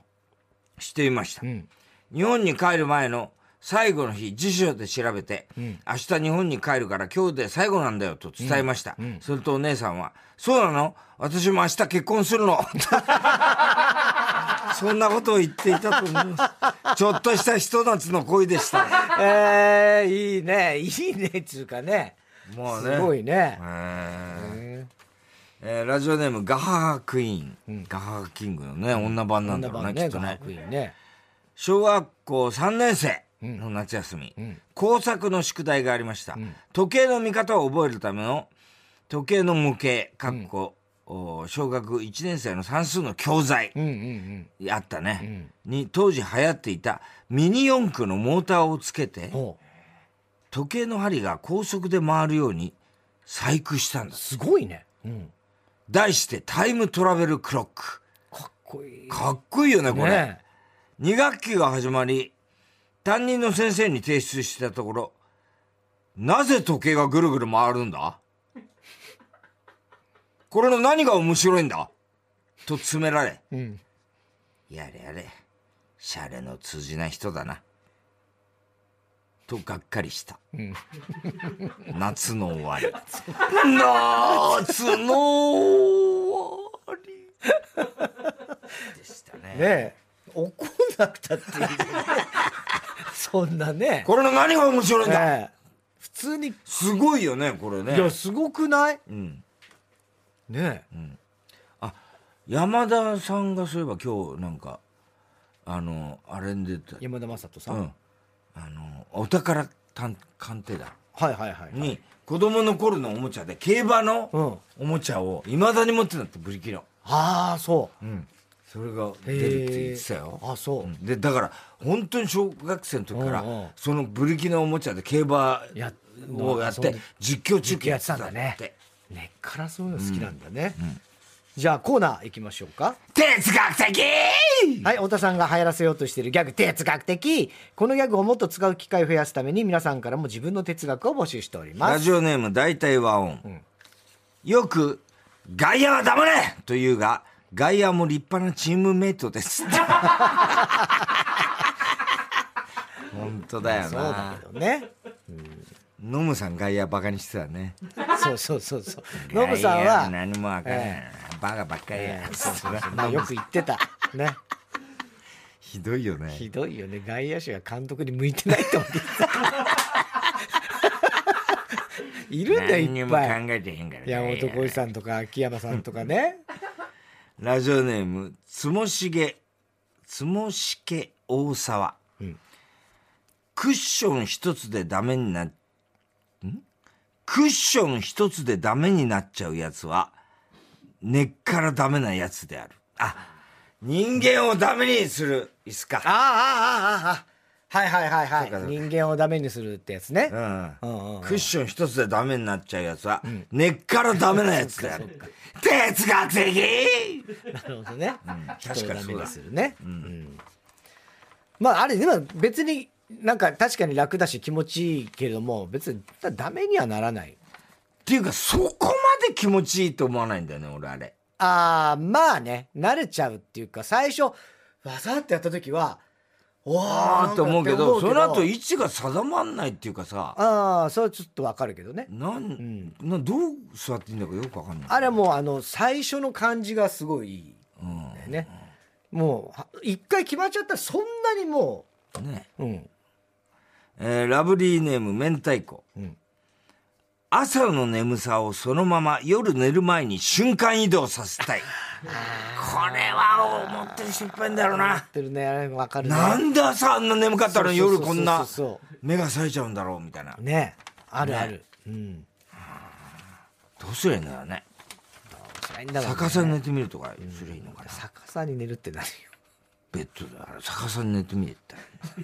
[SPEAKER 2] していました。日本に帰る前の最後の日、辞書で調べて、うん、明日日本に帰るから今日で最後なんだよと伝えました。うんうん、それとお姉さんは、そうなの私も明日結婚する <laughs> のそんなことを言っていたと思います。ちょっとしたひと夏の恋でした。 <laughs>
[SPEAKER 1] ええー、いいね。いいね、っていうかね。
[SPEAKER 2] もうね。
[SPEAKER 1] すごいね。
[SPEAKER 2] えー、えー、ラジオネーム、ガハハクイーン。ガハハキングのね、女版なんだろうね、ねきっとね。ガハクイーンね。小学校3年生。の夏休み、うん、工作の宿題がありました、うん、時計の見方を覚えるための時計の模型かっこ、うん、小学1年生の算数の教材、
[SPEAKER 1] うんうん
[SPEAKER 2] うん、あったね、に当時流行っていたミニ四駆のモーターをつけて時計の針が高速で回るように細工したんだ
[SPEAKER 1] すごいね、
[SPEAKER 2] 題してタイムトラベルクロック
[SPEAKER 1] かっこいい
[SPEAKER 2] かっこいいよねこれね2学期が始まり担任の先生に提出したところ、なぜ時計がぐるぐる回る
[SPEAKER 1] <laughs>
[SPEAKER 2] んだこれの何が面白いんだと詰められ、
[SPEAKER 1] うん、
[SPEAKER 2] やれやれ、シャレの通じない人だな。とがっかりした。
[SPEAKER 1] うん、<laughs>
[SPEAKER 2] <laughs> 夏の終わり。夏の終わり。でしたね。
[SPEAKER 1] ね怒んなくたっていい、ね、 <laughs> そんなね
[SPEAKER 2] これの何が面白いんだ、えー、
[SPEAKER 1] 普通に
[SPEAKER 2] すごいよねこれね
[SPEAKER 1] いやすごくない、
[SPEAKER 2] うん、
[SPEAKER 1] ね
[SPEAKER 2] え、うん、あ山田さんがそういえば今日なんかあのあれに出て
[SPEAKER 1] 山田雅人さん、うん、
[SPEAKER 2] あのお宝探鑑定団
[SPEAKER 1] はいはいはい、はい、
[SPEAKER 2] に子供の頃のおもちゃで競馬のおもちゃをいまだに持ってたってブリキの、
[SPEAKER 1] ああそう
[SPEAKER 2] うん、それが出るって言ってたよ。。
[SPEAKER 1] あ、そう
[SPEAKER 2] で、だから、本当に小学生の時から、うんうん、そのブリキのおもちゃで競馬をやって、実況中継やってたんだ
[SPEAKER 1] ね。根っからそういうの好きなんだね。
[SPEAKER 2] うんうん、
[SPEAKER 1] じゃあコーナー行きましょうか。
[SPEAKER 2] 哲学的
[SPEAKER 1] はい、太田さんが流行らせようとしているギャグ、哲学的このギャグをもっと使う機会を増やすために皆さんからも自分の哲学を募集しております。
[SPEAKER 2] ラジオネーム大体和音。うんよく、外野は黙れというが、外野も立派なチームメイトです。
[SPEAKER 1] <laughs>
[SPEAKER 2] 本当だよな。そう
[SPEAKER 1] だけどね。 <laughs>
[SPEAKER 2] ノムさん外野バカにしてたね。
[SPEAKER 1] そうそうそうそう。ノムさんは。
[SPEAKER 2] 何もわからない、えー、バカばっかりや。
[SPEAKER 1] そう
[SPEAKER 2] <laughs>
[SPEAKER 1] そうそうよく言 <laughs> ってた。ね。
[SPEAKER 2] ひどいよね。
[SPEAKER 1] ひどいよね。外野手が監督に向いてないと思 <laughs> っているんだよ、いっぱい。
[SPEAKER 2] 何も考えてへんから、ね。
[SPEAKER 1] 山本浩二さんとか、秋山さんとかね。
[SPEAKER 2] ラジオネーム、つもしげ、つもしけ大沢。うん、クッション一つでダメにな、んクッション一つでダメになっちゃうやつは、根っからダメなやつである。あ、人間をダメにする、いすか。あ。
[SPEAKER 1] あ、ああ、ああ。はいはいはいはい。人間をダメにするってやつね。うん
[SPEAKER 2] クッション一つでダメになっちゃうやつは、根っからダメなやつだよ。哲学的
[SPEAKER 1] なるほどね。
[SPEAKER 2] 確かにそうだ。
[SPEAKER 1] するね。まああれ、でも別になんか確かに楽だし気持ちいいけれども、別にダメにはならない。
[SPEAKER 2] っていうか、そこまで気持ちいいと思わないんだよね、俺あれ。
[SPEAKER 1] ああ、まあね、慣れちゃうっていうか、最初、わざってやった時は、
[SPEAKER 2] わーって思うけどその後位置が定まんないっていうかさ
[SPEAKER 1] ああそれはちょっとわかるけどね
[SPEAKER 2] なん、うん、などう座っていいんだかよくわかんない
[SPEAKER 1] あれはもうあの最初の感じがすごいいいんだよね、うん、もう一回決まっちゃったらそんなにも
[SPEAKER 2] うねうん、えー、ラブリーネーム明太子、うん、朝の眠さをそのまま夜寝る前に瞬間移動させ <laughs> たいこれは思ってる人いっぱいんだろうな。
[SPEAKER 1] ってるね、わかる、
[SPEAKER 2] ね、なんで朝あんな眠かったのに夜こんな目が冴えちゃうんだろうみたいな。
[SPEAKER 1] ねあるある。ね、うん。
[SPEAKER 2] どうすりゃいいんだろうね。
[SPEAKER 1] どうすりゃいいんだろう、ね、
[SPEAKER 2] 逆さに寝てみるとかすりゃいいのかな、うん、
[SPEAKER 1] 逆さに寝るって何よ。
[SPEAKER 2] ベッドだから逆さに寝てみる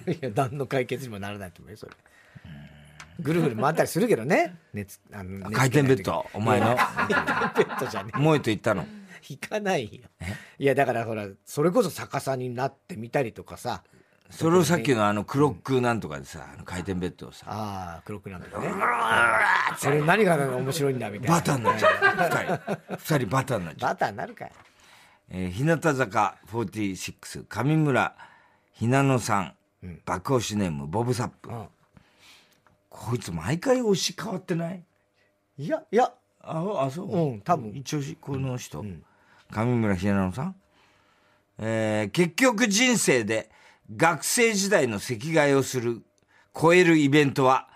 [SPEAKER 1] って。いや、何の解決にもならないと思うよ、それ。ぐるぐる回ったりするけどね。熱、
[SPEAKER 2] あの、回転ベッド、お前の。
[SPEAKER 1] 回転ベッドじゃねえ。
[SPEAKER 2] 萌えと言ったの。
[SPEAKER 1] 引かないよ。いや、だからほら、それこそ逆さになってみたりとかさ。
[SPEAKER 2] それをさっきのあの、クロックなんとかでさ、うん、回転ベッドをさ。
[SPEAKER 1] ああ、クロックなんとかね。それ何が面白いんだみたいな。
[SPEAKER 2] バターになっちゃう。二人、二人バターになっちゃ
[SPEAKER 1] う。バターになるかい。
[SPEAKER 2] えー、日向坂46、上村ひなのさん、うん、爆押しネーム、ボブサップ。うん、こいつ毎回推し変わってない
[SPEAKER 1] いや、いや、
[SPEAKER 2] ああそう、
[SPEAKER 1] うん、多分
[SPEAKER 2] 一応この人、うん、上村ひなのさん、えー、結局人生で学生時代の席替えをする超えるイベントは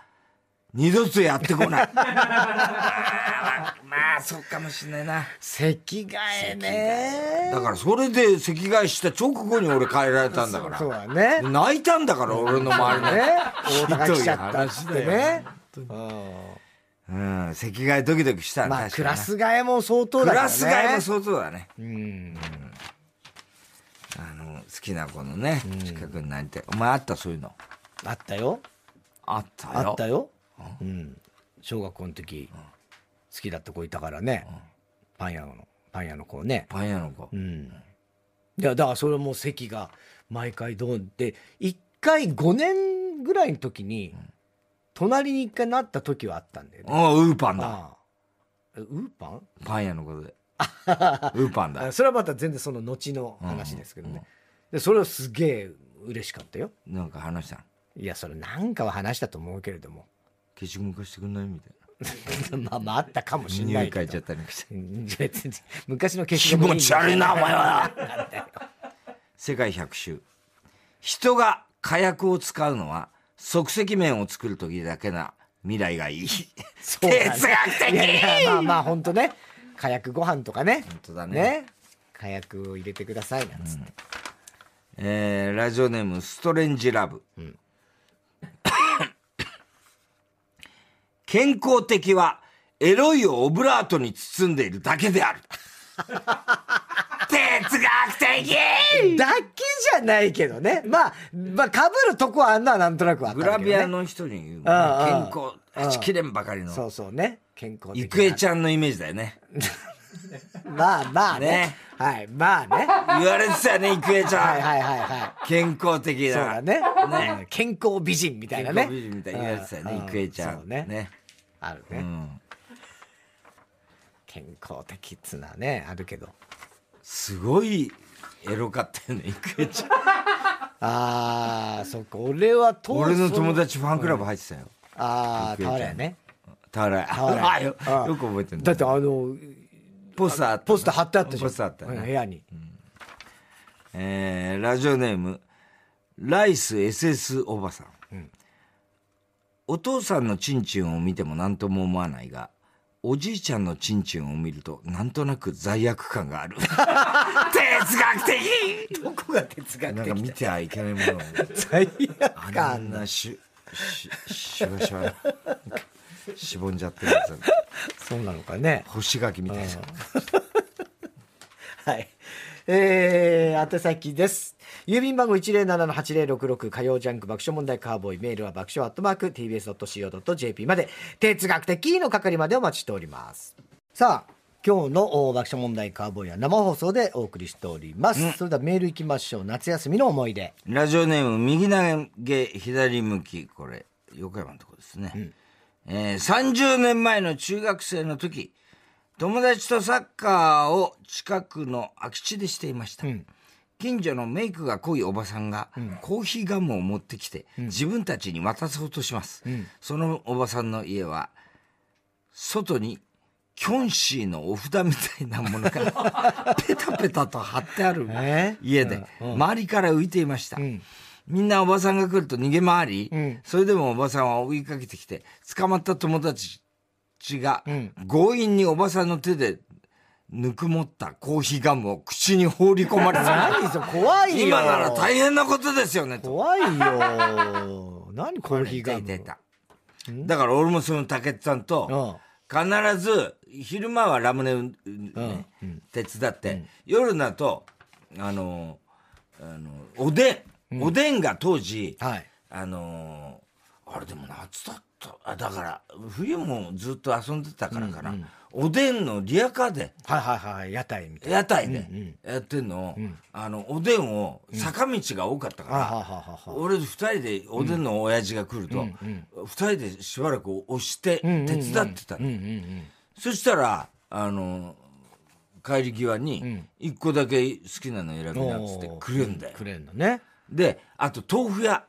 [SPEAKER 2] 二度とやって
[SPEAKER 1] <laughs>
[SPEAKER 2] こないまあ、まあ、そうかもしれないな
[SPEAKER 1] 席替えね
[SPEAKER 2] だからそれで席替えした直後に俺変えられたんだから
[SPEAKER 1] そうだね
[SPEAKER 2] 泣いたんだから俺の周りね
[SPEAKER 1] ひどい話だよね
[SPEAKER 2] うん、席替えドキドキした
[SPEAKER 1] まあ、クラス替えも相当だね。ク
[SPEAKER 2] ラス替えも相当だね。
[SPEAKER 1] うん。
[SPEAKER 2] あの、好きな子のね、近くになりたい。お前あったそういうの。
[SPEAKER 1] あったよ。
[SPEAKER 2] あったよ。
[SPEAKER 1] あったよ。うん。小学校の時、好きだった子いたからね。パン屋の、パン屋の子ね。
[SPEAKER 2] パン屋の子。
[SPEAKER 1] うん。いや、だからそれも席が、毎回どうって、一回5年ぐらいの時に、隣に一回なった時はあったんだよね。
[SPEAKER 2] ああ、ウーパンだ。
[SPEAKER 1] ウーパン
[SPEAKER 2] パン屋の <laughs> ことで。ウーパンだ。
[SPEAKER 1] それはまた全然その後の話ですけどね。で、それはすげえ嬉しかったよ。
[SPEAKER 2] なんか話した
[SPEAKER 1] いや、それなんかは話したと思うけれども。 <laughs>
[SPEAKER 2] 消しゴム貸してくんないみたいな。
[SPEAKER 1] まあまああったかもしれないけ
[SPEAKER 2] ど。匂いちゃったりして。
[SPEAKER 1] 別に、昔の消しゴム。
[SPEAKER 2] 気持ち悪いな、お前は。 <laughs> 世界百周。人が火薬を使うのは、即席麺を作る時だけな未来がいい。そう哲学的い
[SPEAKER 1] やいやまあまあ本当ね。火薬ご飯とかね。
[SPEAKER 2] 本当だね。ね
[SPEAKER 1] 火薬を入れてくださいなんつって。うん、
[SPEAKER 2] えー、ラジオネームストレンジラブ。うん、健康的はエロいをオブラートに包んでいるだけである。哲学的
[SPEAKER 1] だけじゃないけどね。まあ、まあ、被るとこはあんななんとなくわか
[SPEAKER 2] る、ね、グラビアの人に言う、ね、健康、はちきれんばかりの。
[SPEAKER 1] そうそうね。健康
[SPEAKER 2] 的。郁恵ちゃんのイメージだよね。
[SPEAKER 1] まあまあね。
[SPEAKER 2] ね
[SPEAKER 1] はい、まあね。
[SPEAKER 2] 言われてたよね、郁恵ちゃん。
[SPEAKER 1] はいはいはいは
[SPEAKER 2] 健康的
[SPEAKER 1] い。そうだ
[SPEAKER 2] な。
[SPEAKER 1] ね。
[SPEAKER 2] ね。
[SPEAKER 1] 健康美人みたい
[SPEAKER 2] 健
[SPEAKER 1] なね。
[SPEAKER 2] 康美人みたいに言われてたよ
[SPEAKER 1] う
[SPEAKER 2] ね、
[SPEAKER 1] う
[SPEAKER 2] 郁恵ちゃ。
[SPEAKER 1] そうんね。
[SPEAKER 2] ね。
[SPEAKER 1] ある
[SPEAKER 2] う
[SPEAKER 1] ね、
[SPEAKER 2] ん。
[SPEAKER 1] 健康的っつうのはね、あるけど。
[SPEAKER 2] すごい、エロかったよね、郁恵ちゃん。
[SPEAKER 1] ああ、そっか。俺は当
[SPEAKER 2] 俺の友
[SPEAKER 1] 達。
[SPEAKER 2] 達ファンクラブ入ってたよ。
[SPEAKER 1] ああ、
[SPEAKER 2] 郁恵ちゃん
[SPEAKER 1] 俵やね。
[SPEAKER 2] たら、
[SPEAKER 1] 俵
[SPEAKER 2] <laughs> あ、よ、よく覚えてる
[SPEAKER 1] だってあの、
[SPEAKER 2] ポスターあったね、
[SPEAKER 1] ポスター貼ってあったじゃん。
[SPEAKER 2] ポスターあったね
[SPEAKER 1] うん部屋に。
[SPEAKER 2] えーラジオネーム、ライス SS おばさん。お父さんのチンチンを見ても何とも思わないが、おじいちゃんのチンチンを見るとなんとなく罪悪感が
[SPEAKER 1] <laughs>
[SPEAKER 2] ある。哲学的
[SPEAKER 1] どこが哲学
[SPEAKER 2] なんか見てはいけないものを。
[SPEAKER 1] 罪
[SPEAKER 2] あ
[SPEAKER 1] 悪
[SPEAKER 2] ん
[SPEAKER 1] 感
[SPEAKER 2] なし、し、しわ
[SPEAKER 1] <laughs>
[SPEAKER 2] しわ、しぼんじゃってるやつ。
[SPEAKER 1] そうなのかね。
[SPEAKER 2] 干し柿みたいな。
[SPEAKER 1] はい。えー、宛先です。郵便番号107-8066火曜ジャンク爆笑問題カーボーイメールは爆笑アットマーク tbs.co.jp まで哲学的の係までお待ちしております。さあ、今日のお爆笑問題カーボーイは生放送でお送りしております。それではメールいきましょう。夏休みの思い出。
[SPEAKER 2] ラジオネーム、右投げ、左向き、これ、横山のとこですね。えー30年前の中学生の時、友達とサッカーを近くの空き地でしていました。近所のメイクが濃いおばさんが、コーヒーガムを持ってきて、自分たちに渡そうとします。そのおばさんの家は、外に、キョンシーのお札みたいなもの <laughs> が、ペタペタと貼ってある
[SPEAKER 1] え
[SPEAKER 2] 家で、周りから浮いていました。みんなおばさんが来ると逃げ回り、それでもおばさんは追いかけてきて、捕まった友達が強引におばさんの手でぬくもったコーヒーガムを口に放り込まれた。
[SPEAKER 1] <laughs> 何それ怖いよ。
[SPEAKER 2] 今なら大変なことですよね、と。
[SPEAKER 1] 怖いよ。何コーヒーガ
[SPEAKER 2] いたい
[SPEAKER 1] ム。
[SPEAKER 2] たいただから俺もその竹内さんと、
[SPEAKER 1] うん
[SPEAKER 2] 必ず昼間はラムネ、ね手伝って、夜だとあのあのおでん、おでんが当時、
[SPEAKER 1] はい
[SPEAKER 2] あのあれでも夏だったあだから冬もずっと遊んでたからかな、おでんのリアカーで
[SPEAKER 1] はいはいはい。屋台みたいな。
[SPEAKER 2] 屋台でやってんのを、あのおでんを坂道が多かったから、
[SPEAKER 1] あはははは。
[SPEAKER 2] 俺二人でおでんの親父が来ると、二人でしばらく押して手伝ってたのそしたらあの帰り際に一個だけ好きなの選びなっつって
[SPEAKER 1] おー
[SPEAKER 2] くれるんだよ
[SPEAKER 1] くれんだね。
[SPEAKER 2] であと豆腐屋、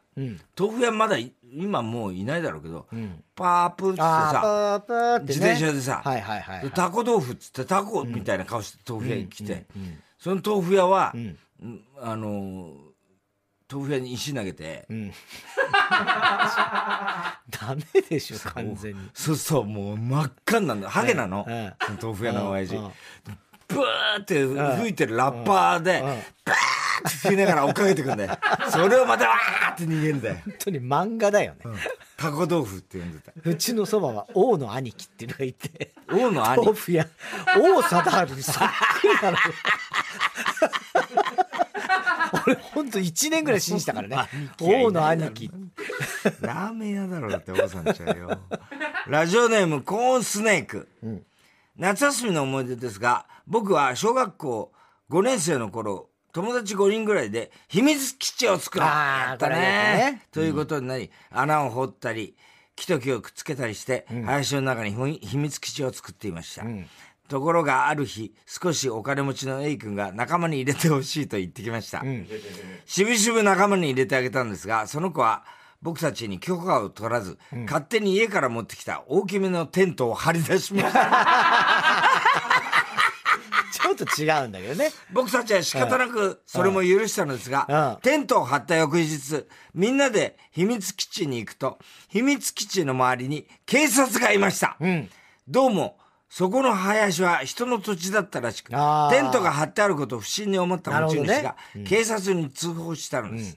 [SPEAKER 2] 豆腐屋まだい今もういないだろうけど、パープっつってさ
[SPEAKER 1] あー、パーパーってね
[SPEAKER 2] 自転車でさ
[SPEAKER 1] はいはいはいはい。
[SPEAKER 2] でタコ豆腐っつってタコみたいな顔して豆腐屋に来て、その豆腐屋は、うんあの豆腐屋に石投げて、
[SPEAKER 1] ダメでしょ、完全に。
[SPEAKER 2] そうそう、もう真っ赤になるの。ハゲなの。
[SPEAKER 1] ええ
[SPEAKER 2] その豆腐屋の親父。
[SPEAKER 1] うん
[SPEAKER 2] ブーって吹いてるラッパーで、ブーって吹きながら追っかけてくんだよ。それをまたわーって逃げるんだよ。
[SPEAKER 1] 本当に漫画だよね。
[SPEAKER 2] タコ豆腐って呼んでた。
[SPEAKER 1] うちのそばは王の兄貴っていうのがいて、
[SPEAKER 2] 王の兄
[SPEAKER 1] 豆。腐屋、王貞治にそっくりな
[SPEAKER 2] <laughs>
[SPEAKER 1] の。俺ほんと1年ぐらい信じたからね。王の兄貴。
[SPEAKER 2] ラーメン屋だろ、だって王さんちゃうよ。ラジオネーム、コーンスネーク。夏休みの思い出ですが、僕は小学校5年生の頃、友達5人ぐらいで秘密基地を作ろう。
[SPEAKER 1] あー
[SPEAKER 2] やったね
[SPEAKER 1] これやったね
[SPEAKER 2] ということになり、穴を掘ったり、木と木をくっつけたりして、林の中にほい秘密基地を作っていました。ところがある日、少しお金持ちの A 君が仲間に入れてほしいと言ってきました。しぶしぶ仲間に入れてあげたんですが、その子は僕たちに許可を取らず、勝手に家から持ってきた大きめのテントを張り出しました。
[SPEAKER 1] ちょっと違うんだけどね。
[SPEAKER 2] 僕たちは仕方なくそれも許したのです
[SPEAKER 1] うんう
[SPEAKER 2] が
[SPEAKER 1] ん、
[SPEAKER 2] テントを張った翌日、みんなで秘密基地に行くと、秘密基地の周りに警察がいました。どうも、そこの林は人の土地だったらしく、テン
[SPEAKER 1] あー
[SPEAKER 2] トが張ってあることを不審に思った持ち主
[SPEAKER 1] なる
[SPEAKER 2] が、警察に通報したのです。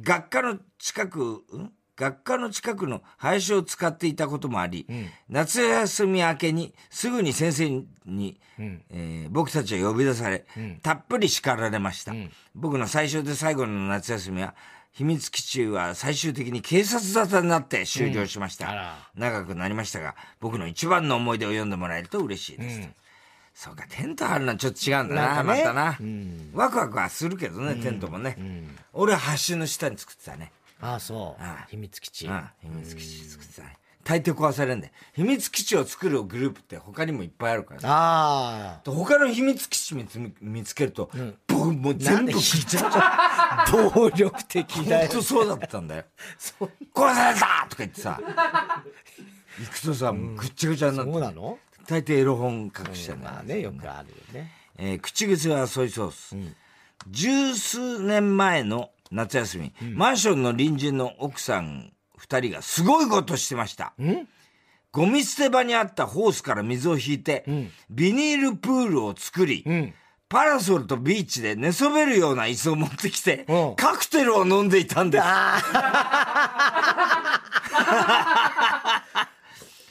[SPEAKER 2] 学科の近く、ん学科の近くの林を使っていたこともあり、夏休み明けにすぐに先生に、えー僕たちは呼び出され、たっぷり叱られました、僕の最初で最後の夏休みは、秘密基地は最終的に警察沙汰になって終了しました、
[SPEAKER 1] ら
[SPEAKER 2] 長くなりましたが、僕の一番の思い出を読んでもらえると嬉しいですと。そうか、テント張るのはちょっと違うんだ
[SPEAKER 1] な
[SPEAKER 2] な、
[SPEAKER 1] んかね
[SPEAKER 2] またな、
[SPEAKER 1] うん
[SPEAKER 2] ワクワクはするけどね、テントもね。俺は橋の下に作ってたね。
[SPEAKER 1] ああ、そう
[SPEAKER 2] あ。
[SPEAKER 1] 秘密基地。
[SPEAKER 2] うん、秘密基地作ってたね。大抵壊されんで。秘密基地を作るグループって他にもいっぱいあるからさ。
[SPEAKER 1] ああ。
[SPEAKER 2] で他の秘密基地見つ見つけると、僕もう全部
[SPEAKER 1] なんで
[SPEAKER 2] 聞いちゃう。
[SPEAKER 1] 暴力的だ
[SPEAKER 2] 本
[SPEAKER 1] よ。
[SPEAKER 2] 当そうだったんだよ。
[SPEAKER 1] そう
[SPEAKER 2] 殺されたとか言ってさ、行くとさ、もうぐっちゃぐちゃになって、
[SPEAKER 1] そうなの
[SPEAKER 2] 大抵エロ本隠してんだよ
[SPEAKER 1] まあね、よくあるよね。
[SPEAKER 2] えー口癖はソイソース。十数年前の夏休み、マンションの隣人の奥さん二人がすごいことしてました。ゴミ捨て場にあったホースから水を引いて、ビニールプールを作り、パラソルとビーチで寝そべるような椅子を持ってきて
[SPEAKER 1] うん、
[SPEAKER 2] カクテルを飲んでいたんです。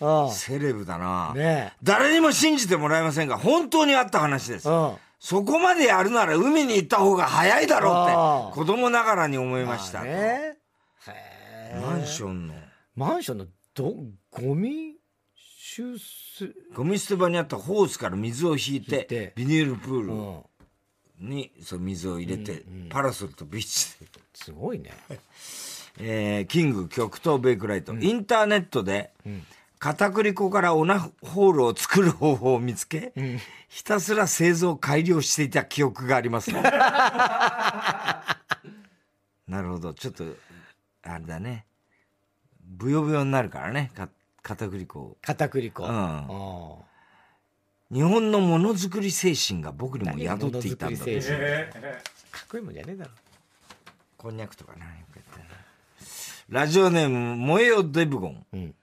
[SPEAKER 1] あ
[SPEAKER 2] セレブだな、
[SPEAKER 1] ねえ
[SPEAKER 2] 誰にも信じてもらえませんが、本当にあった話です。
[SPEAKER 1] あ。
[SPEAKER 2] そこまでやるなら海に行った方が早いだろう
[SPEAKER 1] あ
[SPEAKER 2] っ
[SPEAKER 1] あ
[SPEAKER 2] て、子供ながらに思いまし
[SPEAKER 1] う
[SPEAKER 2] た。
[SPEAKER 1] ん。ねへえ。
[SPEAKER 2] マンションの、
[SPEAKER 1] マンションのど、ゴミ収集。
[SPEAKER 2] ゴミ捨て場にあったホースから水を引い
[SPEAKER 1] 引い
[SPEAKER 2] て
[SPEAKER 1] て、
[SPEAKER 2] ビニールプ
[SPEAKER 1] う
[SPEAKER 2] ール
[SPEAKER 1] ん。
[SPEAKER 2] にそう水を入れて、パラソルとビーチで。 <laughs>
[SPEAKER 1] すごいね。
[SPEAKER 2] えーキング極東ベイクライト、インターネットで、片栗粉からオナホールを作る方法を見つけ、ひたすら製造改良していた記憶があります <laughs> ね。なるほど。ちょっと、あれだね。ブヨブヨになるからね、か片栗粉。
[SPEAKER 1] 片栗粉。
[SPEAKER 2] うん
[SPEAKER 1] ああ
[SPEAKER 2] 日本のものづくり精神が僕にも宿
[SPEAKER 1] 宿
[SPEAKER 2] っていたんだと思う
[SPEAKER 1] かっこいいもんじゃねえだろ。
[SPEAKER 2] こんにゃくとかな、よくやったな。ラジオネーム、萌えよデブゴン。
[SPEAKER 1] ん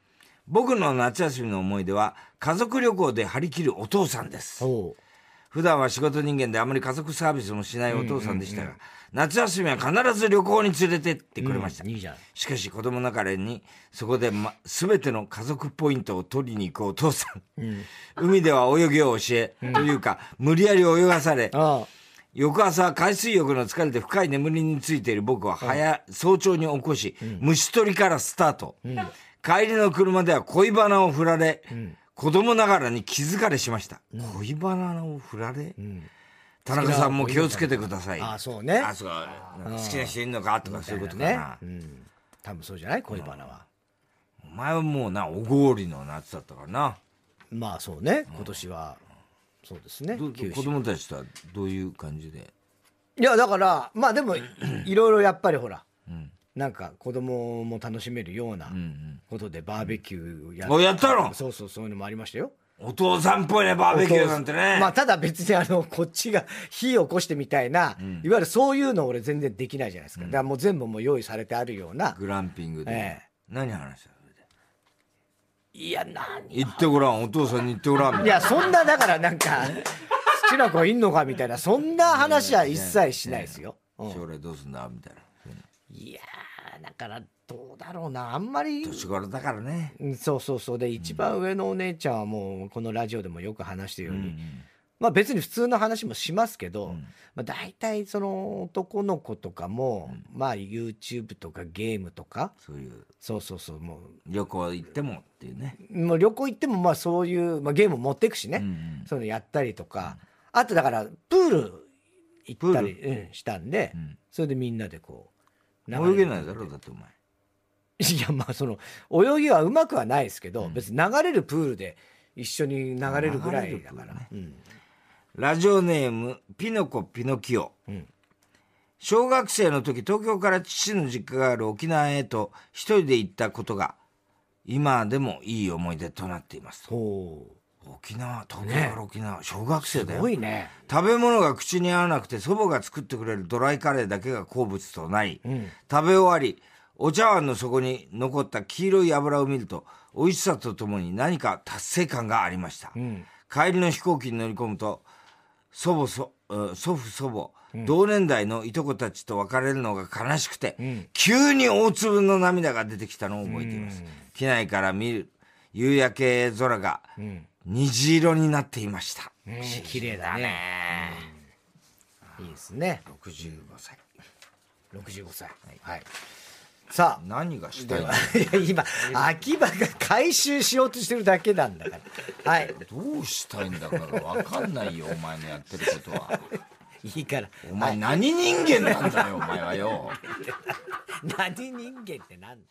[SPEAKER 2] 僕の夏休みの思い出は、家族旅行で張り切るお父さんです。
[SPEAKER 1] そ
[SPEAKER 2] 普段は仕事人間であまり家族サービスもしないお父さんでしたが、夏休みは必ず旅行に連れてってくれました。
[SPEAKER 1] うんいいじゃん
[SPEAKER 2] しかし子供ながらに、そこで、ま、全ての家族ポイントを取りに行くお父さん。海では泳ぎを教え、というか、無理やり泳がされ
[SPEAKER 1] う。、ああ。
[SPEAKER 2] 翌朝は海水浴の疲れて深い眠りについている僕は早、早朝に起こし、虫取りからスタート。帰りの車では恋バナを振られ、子供ながらに気づかれしました。恋バナを振られ、田中さんも気をつけてください。
[SPEAKER 1] ああ、そうね。
[SPEAKER 2] あそうか好きな人いるのかとかそういうことかな。
[SPEAKER 1] うん。多分そうじゃない恋バナは。
[SPEAKER 2] お前はもうな、おごりの夏だったからな。
[SPEAKER 1] まあそうね。今年は。そうですね。
[SPEAKER 2] どう
[SPEAKER 1] 九州
[SPEAKER 2] 子供たちとはどういう感じで。
[SPEAKER 1] いやだからまあでもいろいろやっぱりほら、なんか子供も楽しめるようなことでバーベキューをや
[SPEAKER 2] おやったの
[SPEAKER 1] そうそうそういうのもありましたよ
[SPEAKER 2] お父さんっぽいね、バーベキューなんてね。
[SPEAKER 1] まあただ別にあのこっちが火を起こしてみたいな、いわゆるそういうの俺全然できないじゃないですか、だからもう全部もう用意されてあるような
[SPEAKER 2] グランピングで。
[SPEAKER 1] ええ
[SPEAKER 2] 何話したの
[SPEAKER 1] いや何
[SPEAKER 2] 言ってごらん、お父さんに言ってごらんみた
[SPEAKER 1] い
[SPEAKER 2] いな。
[SPEAKER 1] やそんなだからなんか <laughs> 好きな子いんのかみたいなそんな話は一切しないですよ、うん
[SPEAKER 2] 将来どうすんだみたいな。
[SPEAKER 1] いやーだからどうだろうなあんまり
[SPEAKER 2] 年頃だからね。
[SPEAKER 1] うんそうそうそうで一番上のお姉ちゃんはもうこのラジオでもよく話してるように、まあ別に普通の話もしますけど、まあ、大体その男の子とかも、まあ YouTube とかゲームとか
[SPEAKER 2] そういう、
[SPEAKER 1] そうそうそうも
[SPEAKER 2] 旅行行ってもっていうね。
[SPEAKER 1] うもう旅行行ってもまあそういう、まあ、ゲーム持ってくしね、
[SPEAKER 2] ん
[SPEAKER 1] そういうのやったりとかあとだからプール行ったり、うん、したんで、それでみんなでこう流れ
[SPEAKER 2] 泳げないだろ、だってお前。
[SPEAKER 1] いやまあその泳ぎはうまくはないですけど、別に流れるプールで一緒に流れるぐらいだから、
[SPEAKER 2] ラジオネーム、ピノコピノキオ。小学生の時、東京から父の実家がある沖縄へと一人で行ったことが、今でもいい思い出となっています。
[SPEAKER 1] そ
[SPEAKER 2] 沖縄、東京から沖縄、小学
[SPEAKER 1] う
[SPEAKER 2] 生だ
[SPEAKER 1] す
[SPEAKER 2] よ。
[SPEAKER 1] ごいね
[SPEAKER 2] 食べ物が口に合わなくて祖母が作ってくれるドライカレーだけが好物となり、食べ終わりお茶碗の底に残った黄色い油を見ると美味しさとともに何か達成感がありました、帰りの飛行機に乗り込むと祖母そうん祖父祖母、同年代のいとこたちと別れるのが悲しくて、急に大粒の涙が出てきたのを覚えています、機内から見る夕焼け空が虹色になっていました、
[SPEAKER 1] 綺麗だね、いいですね
[SPEAKER 2] 65歳
[SPEAKER 1] 65歳はい、さあ
[SPEAKER 2] 何がしたいの
[SPEAKER 1] <laughs> 今秋葉が回収しようとしてるだけなんだからはい
[SPEAKER 2] どうしたいんだから分かんないよお前のやってることは。
[SPEAKER 1] いいから
[SPEAKER 2] お前何人間なんだよお前はよ。
[SPEAKER 1] 何人間ってなんだ